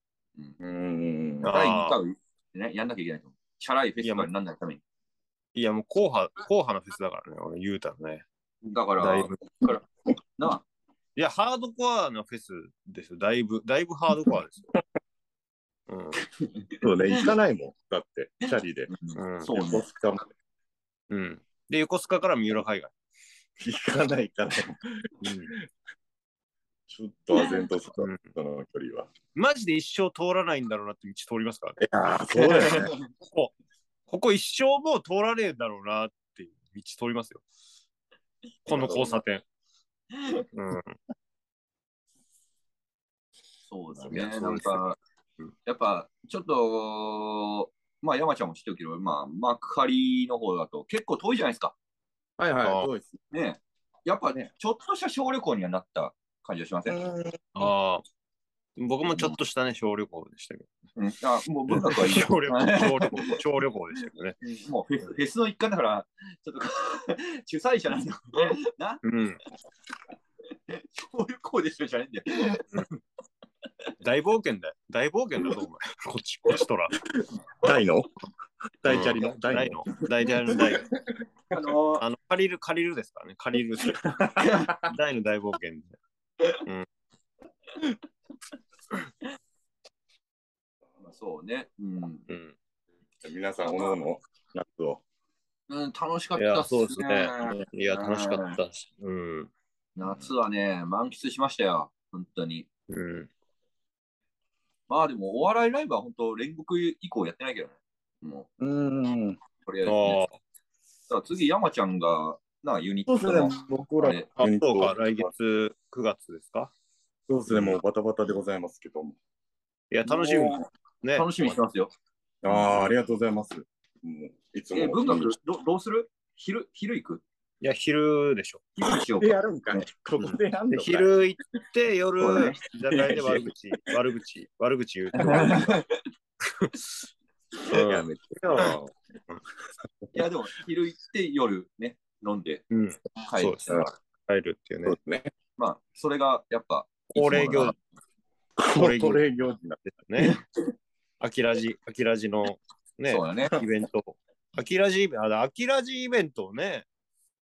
[SPEAKER 2] うん。
[SPEAKER 1] あー
[SPEAKER 3] 第2回、ね、やんなきゃいけないと思う。チャラいフェスティバルになんないために。
[SPEAKER 1] いや、もう、硬派、硬派のフェスだからね、俺、言うたらね。
[SPEAKER 3] だから、
[SPEAKER 1] だいぶ
[SPEAKER 3] だからなあ
[SPEAKER 1] いや、ハードコアのフェスですよ、だいぶ、だいぶハードコアですよ。うん。
[SPEAKER 2] そうね、行かないもん。だって、チャリで。
[SPEAKER 1] うん
[SPEAKER 3] そう
[SPEAKER 2] 横
[SPEAKER 3] ね。
[SPEAKER 2] 須賀まで
[SPEAKER 1] うん。で、横須賀から三浦海岸。
[SPEAKER 2] 行かない、行かない。ちょっと唖然とす
[SPEAKER 1] う
[SPEAKER 2] る
[SPEAKER 1] ん、
[SPEAKER 2] その距離は。
[SPEAKER 1] マジで一生通らないんだろうなって道通りますからね。
[SPEAKER 2] いやー、そうだよね。
[SPEAKER 1] ここ、ここ一生もう通らねえだろうなっていう道通りますよ。この交差点。うん。
[SPEAKER 3] そうだ
[SPEAKER 2] い
[SPEAKER 3] ね。
[SPEAKER 2] や
[SPEAKER 3] な
[SPEAKER 2] そうんですよ
[SPEAKER 3] か
[SPEAKER 1] うん、
[SPEAKER 3] やっぱ、ちょっと、まあ、山ちゃんも知ってるけど、まあ、幕張の方だと結構遠いじゃないですか。
[SPEAKER 2] はいはい、
[SPEAKER 1] あー
[SPEAKER 2] そうです。
[SPEAKER 3] ねやっぱね
[SPEAKER 2] ね、
[SPEAKER 3] ちょっとした小旅行にはなった感じはしません。
[SPEAKER 1] ああ。僕もちょっとしたね、小旅行でしたけ
[SPEAKER 3] うんあもう文学はい
[SPEAKER 1] ど。
[SPEAKER 3] いよ
[SPEAKER 1] 小旅行、小旅行、小旅行でしたけどね。
[SPEAKER 3] もうフェスフェスの一環だから、ちょっと 主催者なんだよね。な、
[SPEAKER 1] うん。
[SPEAKER 3] 小旅行でしょじゃねえんだよ。
[SPEAKER 1] 大冒険だよ。大冒険だぞ、お前。こっち、こっちとら。
[SPEAKER 2] 大の大チャリの大
[SPEAKER 1] 大
[SPEAKER 2] の
[SPEAKER 1] の。大チャリの大の。
[SPEAKER 3] あの
[SPEAKER 1] あの、借りる、借りるですからね。借りる。大の大冒険
[SPEAKER 3] ー そうね、うん。
[SPEAKER 1] で。うん。
[SPEAKER 2] 皆さん、おのおの夏を。
[SPEAKER 3] うん、楽しかっ
[SPEAKER 1] い
[SPEAKER 3] た
[SPEAKER 1] や、
[SPEAKER 3] っす
[SPEAKER 1] そうですね
[SPEAKER 3] ね。。
[SPEAKER 1] いや、楽しかったし。うん。
[SPEAKER 3] 夏はね、満喫しましたよ。本当に。
[SPEAKER 1] うん。
[SPEAKER 3] まあでも、お笑いライブは本当、煉獄以降やってないけどね。も
[SPEAKER 2] うん。
[SPEAKER 3] う、とりあえず、ね。
[SPEAKER 1] あ
[SPEAKER 3] さあ次、山ちゃんが、な、ユニ
[SPEAKER 2] そう
[SPEAKER 3] ッ
[SPEAKER 2] です
[SPEAKER 3] トの
[SPEAKER 2] ね。僕ら、
[SPEAKER 1] あ、あ
[SPEAKER 2] ユニット
[SPEAKER 1] そうか、来月9月ですか。
[SPEAKER 2] そうですね、もうバタバタでございますけども。
[SPEAKER 1] いや、楽しみ
[SPEAKER 3] も
[SPEAKER 1] ね。
[SPEAKER 3] う楽しみにしてますよ。
[SPEAKER 2] ああ、ありがとうございます。もういつも。
[SPEAKER 3] え、文学ど、どうする昼、昼行く
[SPEAKER 1] いや、昼でしょ。
[SPEAKER 3] 昼にしよう
[SPEAKER 2] で
[SPEAKER 3] か。
[SPEAKER 2] やるんかいここでやるん
[SPEAKER 1] で
[SPEAKER 2] のかい。
[SPEAKER 1] 昼行って、
[SPEAKER 3] そうだ
[SPEAKER 1] 夜、
[SPEAKER 3] ね
[SPEAKER 1] 居酒屋で悪 口、悪口、悪口言うって。
[SPEAKER 2] やめてよ。
[SPEAKER 3] いや、でも、昼行って、夜ね、飲んで
[SPEAKER 1] うん、そ
[SPEAKER 3] 帰
[SPEAKER 1] う
[SPEAKER 3] る
[SPEAKER 1] で。すね入るっていう
[SPEAKER 2] そう
[SPEAKER 1] ね
[SPEAKER 2] で。すね。
[SPEAKER 3] まあ、それが、やっぱ、
[SPEAKER 1] 恒例行事
[SPEAKER 2] これ、これ行事な。
[SPEAKER 1] ですね。アキラジ、アキラジのね
[SPEAKER 3] そ、うだね。
[SPEAKER 1] イベント。アキラジイベント、あアキラジイベントをね、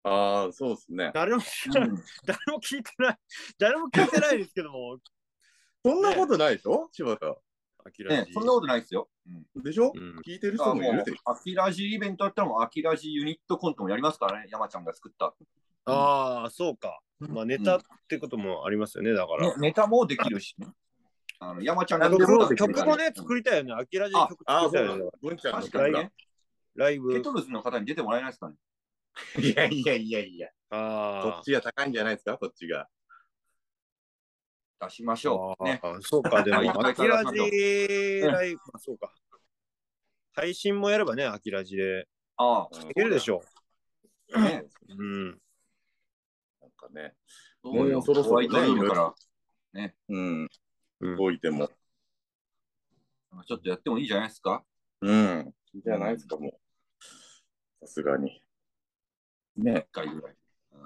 [SPEAKER 2] ああ、そうですね。
[SPEAKER 1] 誰も、
[SPEAKER 3] うん
[SPEAKER 1] 誰も聞いてない、誰も聞いてないですけども、
[SPEAKER 2] そんなことないでしょ柴田。
[SPEAKER 1] アキラ
[SPEAKER 3] ね
[SPEAKER 1] ジ。
[SPEAKER 3] そんなことないですよ。うん
[SPEAKER 2] でしょ
[SPEAKER 1] うん
[SPEAKER 2] 聞いてる
[SPEAKER 3] あ
[SPEAKER 2] 人もい
[SPEAKER 3] もう
[SPEAKER 2] るでしょ
[SPEAKER 3] アキラジイベントだったらもうアキラジユニットコントもやりますからね、山ちゃんが作った。
[SPEAKER 1] ああ、そうか。まあ、ネタってこともありますよね、だから
[SPEAKER 3] ね。ネタもできるしね。あの山ちゃんが
[SPEAKER 2] 何でもできる
[SPEAKER 1] 曲もね、
[SPEAKER 3] うん
[SPEAKER 1] 作りたいよね。アキラジの曲
[SPEAKER 2] あ
[SPEAKER 1] 作りたい
[SPEAKER 2] あ、そ
[SPEAKER 1] うよ
[SPEAKER 2] だ
[SPEAKER 1] ね。。
[SPEAKER 2] 文ちゃんの
[SPEAKER 3] 確か
[SPEAKER 2] 曲
[SPEAKER 1] ライ
[SPEAKER 3] に
[SPEAKER 1] ブ
[SPEAKER 2] だ。
[SPEAKER 3] ね、
[SPEAKER 1] ライ
[SPEAKER 3] ケ
[SPEAKER 1] ブ。
[SPEAKER 3] トルズの方に出てもらえないですかね。
[SPEAKER 2] いやいやいやいや。こ
[SPEAKER 1] あ
[SPEAKER 2] っちが高いんじゃないですかこっちが。
[SPEAKER 3] 出しまし
[SPEAKER 1] あ
[SPEAKER 3] ょう。ね。
[SPEAKER 1] ああそうか、で
[SPEAKER 3] はい
[SPEAKER 1] も、アキラジライブ、あそうか。配信もやればね、アキラジで。
[SPEAKER 3] あ
[SPEAKER 1] いけるでしょ
[SPEAKER 3] あ、ね。
[SPEAKER 1] う。うん。
[SPEAKER 2] なんかね。
[SPEAKER 3] そうよ
[SPEAKER 2] もうそろそろね
[SPEAKER 3] ホワイトルームから。ね。
[SPEAKER 2] うん。
[SPEAKER 1] うん
[SPEAKER 2] 動いても。
[SPEAKER 3] なんかちょっとやってもいいんじゃないですか
[SPEAKER 2] うん。じゃないですか、もう。さすがに。
[SPEAKER 3] 一
[SPEAKER 2] ね
[SPEAKER 3] 回ぐらい。う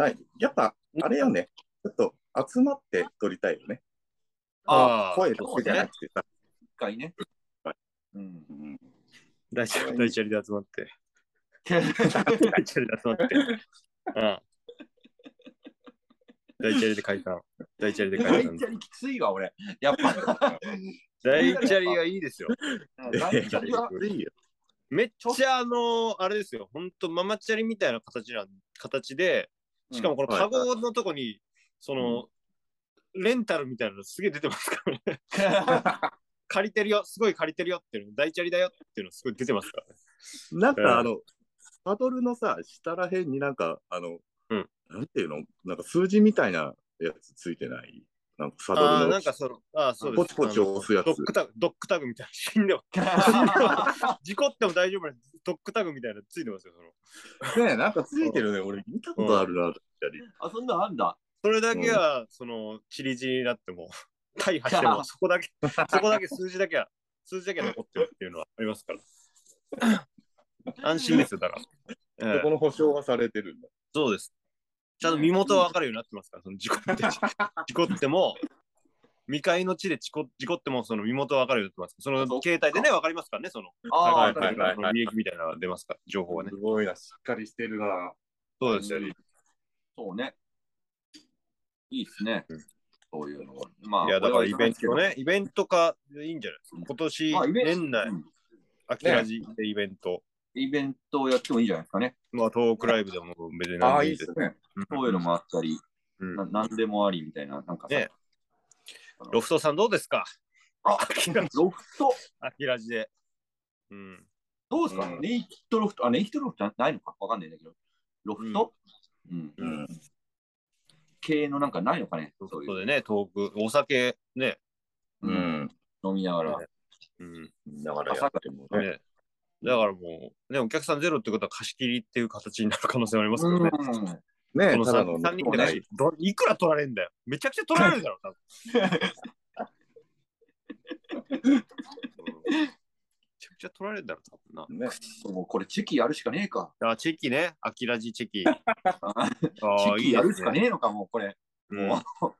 [SPEAKER 3] ん
[SPEAKER 2] はい。やっぱ、あれよね。ちょっと集まって撮りたいよね。
[SPEAKER 1] ああ、
[SPEAKER 2] 声だけじゃなくてさ。
[SPEAKER 3] 一回ね
[SPEAKER 2] は。
[SPEAKER 3] うん。
[SPEAKER 2] うん
[SPEAKER 1] 大チャリ大チャリで集まって。 大チャリで集まって。うん。大チャリで解散。大チャリで
[SPEAKER 3] 大
[SPEAKER 1] 解
[SPEAKER 3] チ
[SPEAKER 1] 散。
[SPEAKER 3] ャリきついわ、俺。やっぱ。
[SPEAKER 1] 大チャリがいいですよ。
[SPEAKER 3] 大チャリは。
[SPEAKER 2] いいよ。
[SPEAKER 1] めっちゃあのあれですよ。ほんとママチャリみたいな形な形で、しかもこのカゴのとこに、その、レンタルみたいなのすげえ出てます からね。借りてるよ、すごい借りてるよっていうの、大チャリだよっていうのすごい出てますからね。
[SPEAKER 2] なん
[SPEAKER 1] うん
[SPEAKER 2] かあの、パドルのさ、下らへんになんか、あの、
[SPEAKER 1] うん
[SPEAKER 2] なんていうのなんか数字みたいなやつついてないなんかサドル
[SPEAKER 1] ああー、
[SPEAKER 2] の。
[SPEAKER 1] なんかその、ああ、そうです。
[SPEAKER 2] ポチポチ押すやつ
[SPEAKER 1] ドックタグ、ドックタグみたいな、死んでも、 事故っても大丈夫なドックタグみたいなのついてますよ、その。
[SPEAKER 2] ねえなんかついてるね。俺見たことあるな、たり。
[SPEAKER 3] あ、そんなんあんだ。
[SPEAKER 1] それだけは、その、チリチリになっても、大破しても、そこだけ、そこだけ数字だけは、数字だけは残ってるっていうのはありますから。安心ですよ、だから。ええ
[SPEAKER 2] そこの保証はされてるんだ。
[SPEAKER 1] そうです。ちゃんと身元は分かるようになってますから、その事故って、事故っても、未開の地で事故事故っても、その身元は分かるようになってます。その携帯でね、分かりますからね、その、
[SPEAKER 3] あ
[SPEAKER 2] は
[SPEAKER 3] あ、
[SPEAKER 2] いはいはい
[SPEAKER 1] その利益みたいなのが出ますから、情報はね
[SPEAKER 2] す。ごいな、しっかりしてるな。
[SPEAKER 1] そうですよ。
[SPEAKER 3] うんそうね。いいっすね
[SPEAKER 1] うん。
[SPEAKER 3] そういうのは。まあ、
[SPEAKER 1] いや、だからイベント
[SPEAKER 3] 俺は
[SPEAKER 1] ね、イベント化でいいんじゃないですか。今年、
[SPEAKER 3] まあイベント
[SPEAKER 1] 年内、
[SPEAKER 3] うん
[SPEAKER 1] 秋ラジでイベント、
[SPEAKER 3] イベントをやってもいいんじゃないですかね。
[SPEAKER 1] まあ、トークライブでも別に
[SPEAKER 2] あ
[SPEAKER 1] 何
[SPEAKER 2] あ、
[SPEAKER 1] でも
[SPEAKER 2] いい
[SPEAKER 1] い
[SPEAKER 2] っ
[SPEAKER 1] い
[SPEAKER 2] す
[SPEAKER 1] です。
[SPEAKER 2] ね。
[SPEAKER 3] そういうのもあったり、
[SPEAKER 1] うん
[SPEAKER 3] ななんでもありみたいな、なんかさ
[SPEAKER 1] ねロフトさんどうですか
[SPEAKER 3] あ
[SPEAKER 1] 秋ラジ
[SPEAKER 3] ロフト、
[SPEAKER 1] 秋ラジで。うん。
[SPEAKER 3] どうですか、
[SPEAKER 2] うん
[SPEAKER 3] ネイキッドロフト、あ、ネイキッドロフトないのかわかんないんだけど、ロフト、うん、
[SPEAKER 2] う
[SPEAKER 1] うん
[SPEAKER 2] ん。
[SPEAKER 3] 系のなんかないのかね、
[SPEAKER 1] ロ
[SPEAKER 3] そう
[SPEAKER 1] フ
[SPEAKER 3] い
[SPEAKER 1] トで
[SPEAKER 3] う。
[SPEAKER 1] ね、トーク、お酒ね、
[SPEAKER 2] う、ん。
[SPEAKER 3] 飲みながら、
[SPEAKER 1] うん。
[SPEAKER 2] だからやってもね。
[SPEAKER 1] ね。だからもう、ね、お客さんゼロってことは貸し切りっていう形になる可能性もありますけどね。
[SPEAKER 3] うん
[SPEAKER 2] ね
[SPEAKER 1] こ
[SPEAKER 2] え
[SPEAKER 1] の
[SPEAKER 2] ただの
[SPEAKER 1] 3, 人でだし、どいくら取られんだよ。めちゃくちゃ取られるだろ、多分。うんめちゃくちゃ取られるだろ、多分
[SPEAKER 2] ね。
[SPEAKER 3] もうこれチェキやるしかねえか。
[SPEAKER 1] な。あ、チェキね。アキラジチェ キ。あ
[SPEAKER 3] チ
[SPEAKER 1] あ、
[SPEAKER 3] ェ
[SPEAKER 1] いい
[SPEAKER 3] キ
[SPEAKER 1] で
[SPEAKER 3] やるし
[SPEAKER 1] す
[SPEAKER 3] か
[SPEAKER 1] ね。
[SPEAKER 3] ねえのか、もうこれ。
[SPEAKER 1] うん
[SPEAKER 3] もう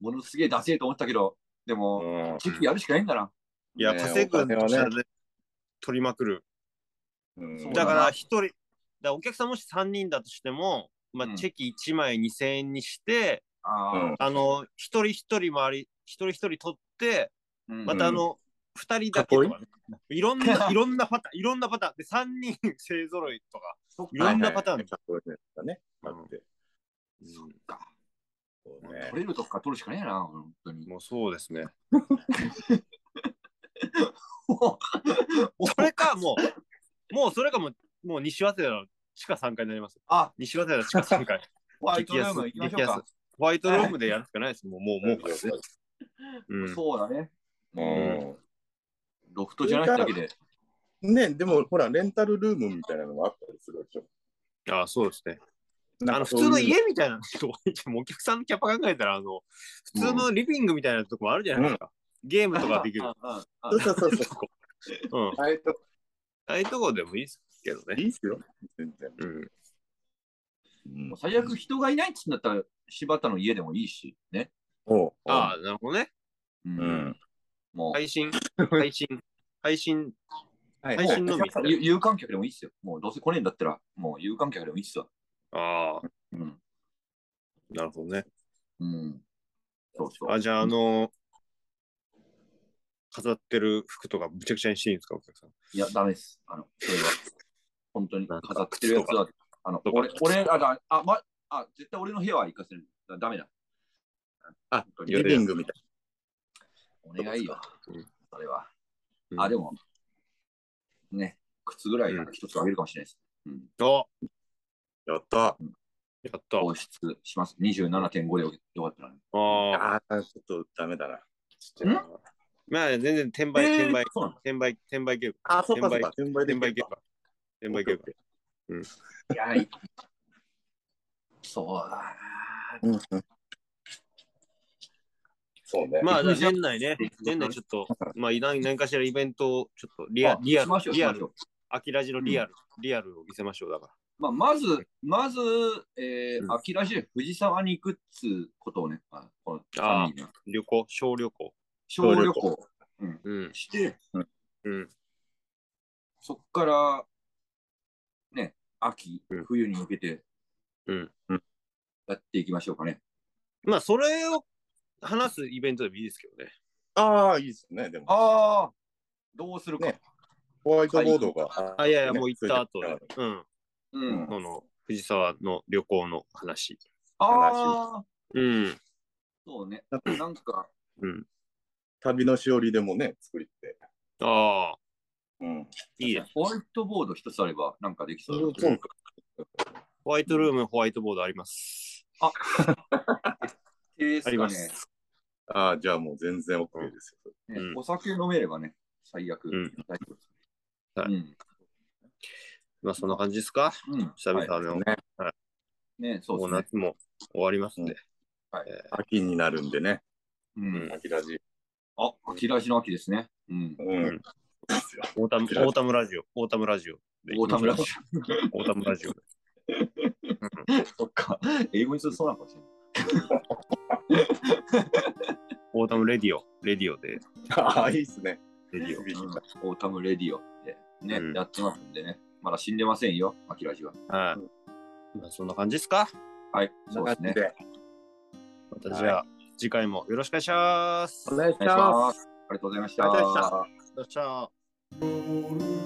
[SPEAKER 3] ものすげえダセえと思ったけど、でも、
[SPEAKER 2] うん
[SPEAKER 3] チェキやるしかないんだな。
[SPEAKER 1] いや、
[SPEAKER 2] ね
[SPEAKER 1] 稼ぐんだったら
[SPEAKER 2] お金
[SPEAKER 1] ね、取りまくる。
[SPEAKER 2] うん
[SPEAKER 3] そう
[SPEAKER 1] だか
[SPEAKER 3] だ
[SPEAKER 1] ら
[SPEAKER 3] な
[SPEAKER 1] 一人、だからお客さんもし3人だとしても、ま
[SPEAKER 3] う
[SPEAKER 1] あ、
[SPEAKER 3] ん
[SPEAKER 1] チェキ1枚2000円にして、
[SPEAKER 3] あ
[SPEAKER 1] あの、一人一人周り、一人一人取って、
[SPEAKER 3] あ、うん
[SPEAKER 1] またあの、二、人だけとかね。いろん な、いろんなパターン、いろんなパターン。で、三人勢揃いとか。いろんなパターン
[SPEAKER 2] はいはいかっこいいやつだね。あって。
[SPEAKER 3] そっか。
[SPEAKER 2] そうね
[SPEAKER 3] 取れるとこから取るしかねえな、本当 に。
[SPEAKER 1] もうそうですね。そ
[SPEAKER 3] そ
[SPEAKER 1] れか、もう、もうそれかもう、もう西早稲田の地下3階になります。
[SPEAKER 3] あ、
[SPEAKER 1] 西早稲田の地下3階。
[SPEAKER 3] ホワイトルーム行きましょうか。
[SPEAKER 1] ホワイトルームでやるしかないです。もう、もう、もうからね。うん。
[SPEAKER 3] そうだね。
[SPEAKER 2] うん
[SPEAKER 3] ロフトじゃないだけで。
[SPEAKER 2] ねでもほら、レンタルルームみたいなのもあったりするでしょ。
[SPEAKER 1] ああ、そうですね。あ
[SPEAKER 2] なん
[SPEAKER 1] の、
[SPEAKER 2] か
[SPEAKER 1] 普通
[SPEAKER 2] そういう
[SPEAKER 1] の家みたいなとこ、 もうお客さんのキャパ考えたら、あの、普通のリビングみたいなとこもあるじゃないですか。ゲームとかできる。
[SPEAKER 3] ああああ
[SPEAKER 2] そうそうそうそ
[SPEAKER 1] とこうん。
[SPEAKER 2] う。あれと、
[SPEAKER 1] ああいうとこでもいいですけど
[SPEAKER 2] い
[SPEAKER 1] ね。
[SPEAKER 2] いっすよ。全然。
[SPEAKER 1] うん。
[SPEAKER 2] うん
[SPEAKER 3] もう最悪人がいないっつうんだったら、柴田の家でもいいし、ね。
[SPEAKER 2] おう
[SPEAKER 1] ああ、なるほどね。
[SPEAKER 3] う
[SPEAKER 2] う。ん。
[SPEAKER 3] もう、
[SPEAKER 1] 配 信、配信、配信、
[SPEAKER 2] はい
[SPEAKER 1] 配信のみ。
[SPEAKER 3] 有有観客でもいいっすよ。もうどうせ来ねえんだったら、もう有観客でもいいっすわ。
[SPEAKER 1] ああ、
[SPEAKER 3] うん。
[SPEAKER 1] なるほどね。
[SPEAKER 3] うん。そうそう。
[SPEAKER 1] あ、じゃあ、あの飾ってる服とかむちゃくちゃにしていいんですか、お客さん。
[SPEAKER 3] いや、ダメです。あの、それは。本当に
[SPEAKER 1] なんか
[SPEAKER 3] 飾ってるやつは、あの、
[SPEAKER 1] とか
[SPEAKER 3] 俺、俺、あ、だあ、ま、あ、絶対俺の部屋は行かせる。だダメだ。
[SPEAKER 2] あ
[SPEAKER 3] 本当に
[SPEAKER 2] リビングみたい
[SPEAKER 3] お願いよ
[SPEAKER 1] うん。
[SPEAKER 3] それは。
[SPEAKER 1] うん
[SPEAKER 3] あ、でも、ね、靴ぐらいなんか一つあげるかもしれないです。うん。
[SPEAKER 1] お
[SPEAKER 2] な。やった。
[SPEAKER 1] やった。
[SPEAKER 3] 放出します。27.5でよかったな。
[SPEAKER 1] あ
[SPEAKER 2] ああ、ちょっとダメだな。
[SPEAKER 1] あ。まあ、全然転売、
[SPEAKER 3] えー
[SPEAKER 1] 転売、
[SPEAKER 3] そうなの
[SPEAKER 1] 転売、転売ゲーム。
[SPEAKER 2] あ、そっかそっ
[SPEAKER 1] 転
[SPEAKER 2] か
[SPEAKER 1] 売。
[SPEAKER 2] 転売で
[SPEAKER 1] 転売
[SPEAKER 2] きる
[SPEAKER 1] ゲー
[SPEAKER 2] か
[SPEAKER 1] ム。転売ゲーム。
[SPEAKER 3] いや、いいそうだな。
[SPEAKER 2] うんうんそうね。
[SPEAKER 1] まあ、
[SPEAKER 3] 行くじゃん
[SPEAKER 1] 年内ね、年内ちょっと、まあ、何何かしらイベントを、ちょっとリア
[SPEAKER 3] あ
[SPEAKER 1] リア
[SPEAKER 3] しましょ
[SPEAKER 1] ル、
[SPEAKER 3] う
[SPEAKER 1] リア
[SPEAKER 3] しましょ
[SPEAKER 1] ル
[SPEAKER 3] う、
[SPEAKER 1] 秋ラジのリアル、リアルを見せましょう、だか
[SPEAKER 3] まあ、まず、まず、えー
[SPEAKER 1] うん
[SPEAKER 3] 秋らしい藤沢に行くっつうことをね、あこの
[SPEAKER 1] あー
[SPEAKER 3] 三人が
[SPEAKER 1] ら。旅行、小旅行。
[SPEAKER 3] 小
[SPEAKER 2] 小
[SPEAKER 3] 旅
[SPEAKER 2] 旅行
[SPEAKER 3] 行
[SPEAKER 1] うん。
[SPEAKER 3] して、
[SPEAKER 1] うん。
[SPEAKER 3] そっから、ね、秋
[SPEAKER 1] うん、
[SPEAKER 3] 冬に向けて
[SPEAKER 1] うん。
[SPEAKER 3] やっていきましょうかね。
[SPEAKER 1] まあ、それを話すイベントでもいいですけどね。
[SPEAKER 2] ああ、いいですね。でも、
[SPEAKER 3] ああ、どうするか。
[SPEAKER 2] ねホワイトボードが。
[SPEAKER 1] あ、いやいや、
[SPEAKER 2] ね
[SPEAKER 1] もう行った後で。
[SPEAKER 2] そ
[SPEAKER 1] う
[SPEAKER 2] う
[SPEAKER 1] ん。
[SPEAKER 3] うん。
[SPEAKER 1] この、藤沢の旅行の話。
[SPEAKER 3] ああ、
[SPEAKER 1] うん。
[SPEAKER 3] そうね。なんか、
[SPEAKER 1] うん。
[SPEAKER 2] 旅のしおりでもね、作りって。
[SPEAKER 1] ああ、
[SPEAKER 2] うん。
[SPEAKER 1] いいや。
[SPEAKER 3] ホワイトボード一つあれば、なんかできそうだ。
[SPEAKER 2] そう
[SPEAKER 1] ホワイトルーム、ホワイトボードあります。
[SPEAKER 3] です
[SPEAKER 1] あり
[SPEAKER 3] か
[SPEAKER 1] ま
[SPEAKER 3] ね
[SPEAKER 1] す。
[SPEAKER 2] ああ、じゃあもう全然 OK ですよ。
[SPEAKER 3] ね
[SPEAKER 1] うん
[SPEAKER 3] お酒飲めればね、最悪。
[SPEAKER 1] うん
[SPEAKER 3] 大丈夫です
[SPEAKER 1] はい
[SPEAKER 3] うん。
[SPEAKER 1] まあ、そんな感じですか
[SPEAKER 3] うん。
[SPEAKER 1] 久々
[SPEAKER 3] は
[SPEAKER 1] の、
[SPEAKER 2] ね
[SPEAKER 3] いね、そう
[SPEAKER 1] も
[SPEAKER 3] で
[SPEAKER 1] う
[SPEAKER 3] すね。
[SPEAKER 1] 夏も終わりますんで。
[SPEAKER 2] 秋になるんでね、
[SPEAKER 3] うん。
[SPEAKER 2] 秋ラジ。
[SPEAKER 3] あ、秋らしの秋ですね。うん。
[SPEAKER 2] うん。ですよ
[SPEAKER 1] オータム、オータムラジオ、オータムラジオで行
[SPEAKER 3] 大
[SPEAKER 1] き
[SPEAKER 3] 田
[SPEAKER 1] ましょう。
[SPEAKER 3] 村市。
[SPEAKER 1] オータムラジオで。
[SPEAKER 3] そっか。英語にするとそうなのかもしれない。
[SPEAKER 1] オータムレディオ、レディオで、
[SPEAKER 2] ああ、いいですね。
[SPEAKER 1] レディオ。
[SPEAKER 3] オータムレディオでね、
[SPEAKER 1] うん
[SPEAKER 3] やってますんでね。まだ死んでませんよ、秋ラジは。
[SPEAKER 1] はい。まあ、そんな感じですか
[SPEAKER 3] はい、そうですね。
[SPEAKER 1] またじゃあ、次回もよろしくお願いします。
[SPEAKER 2] お願いし
[SPEAKER 3] お願いしま
[SPEAKER 2] ます
[SPEAKER 3] す。ありがとうございまし
[SPEAKER 2] ありがとうございましたた。
[SPEAKER 1] よっしゃー。
[SPEAKER 2] オール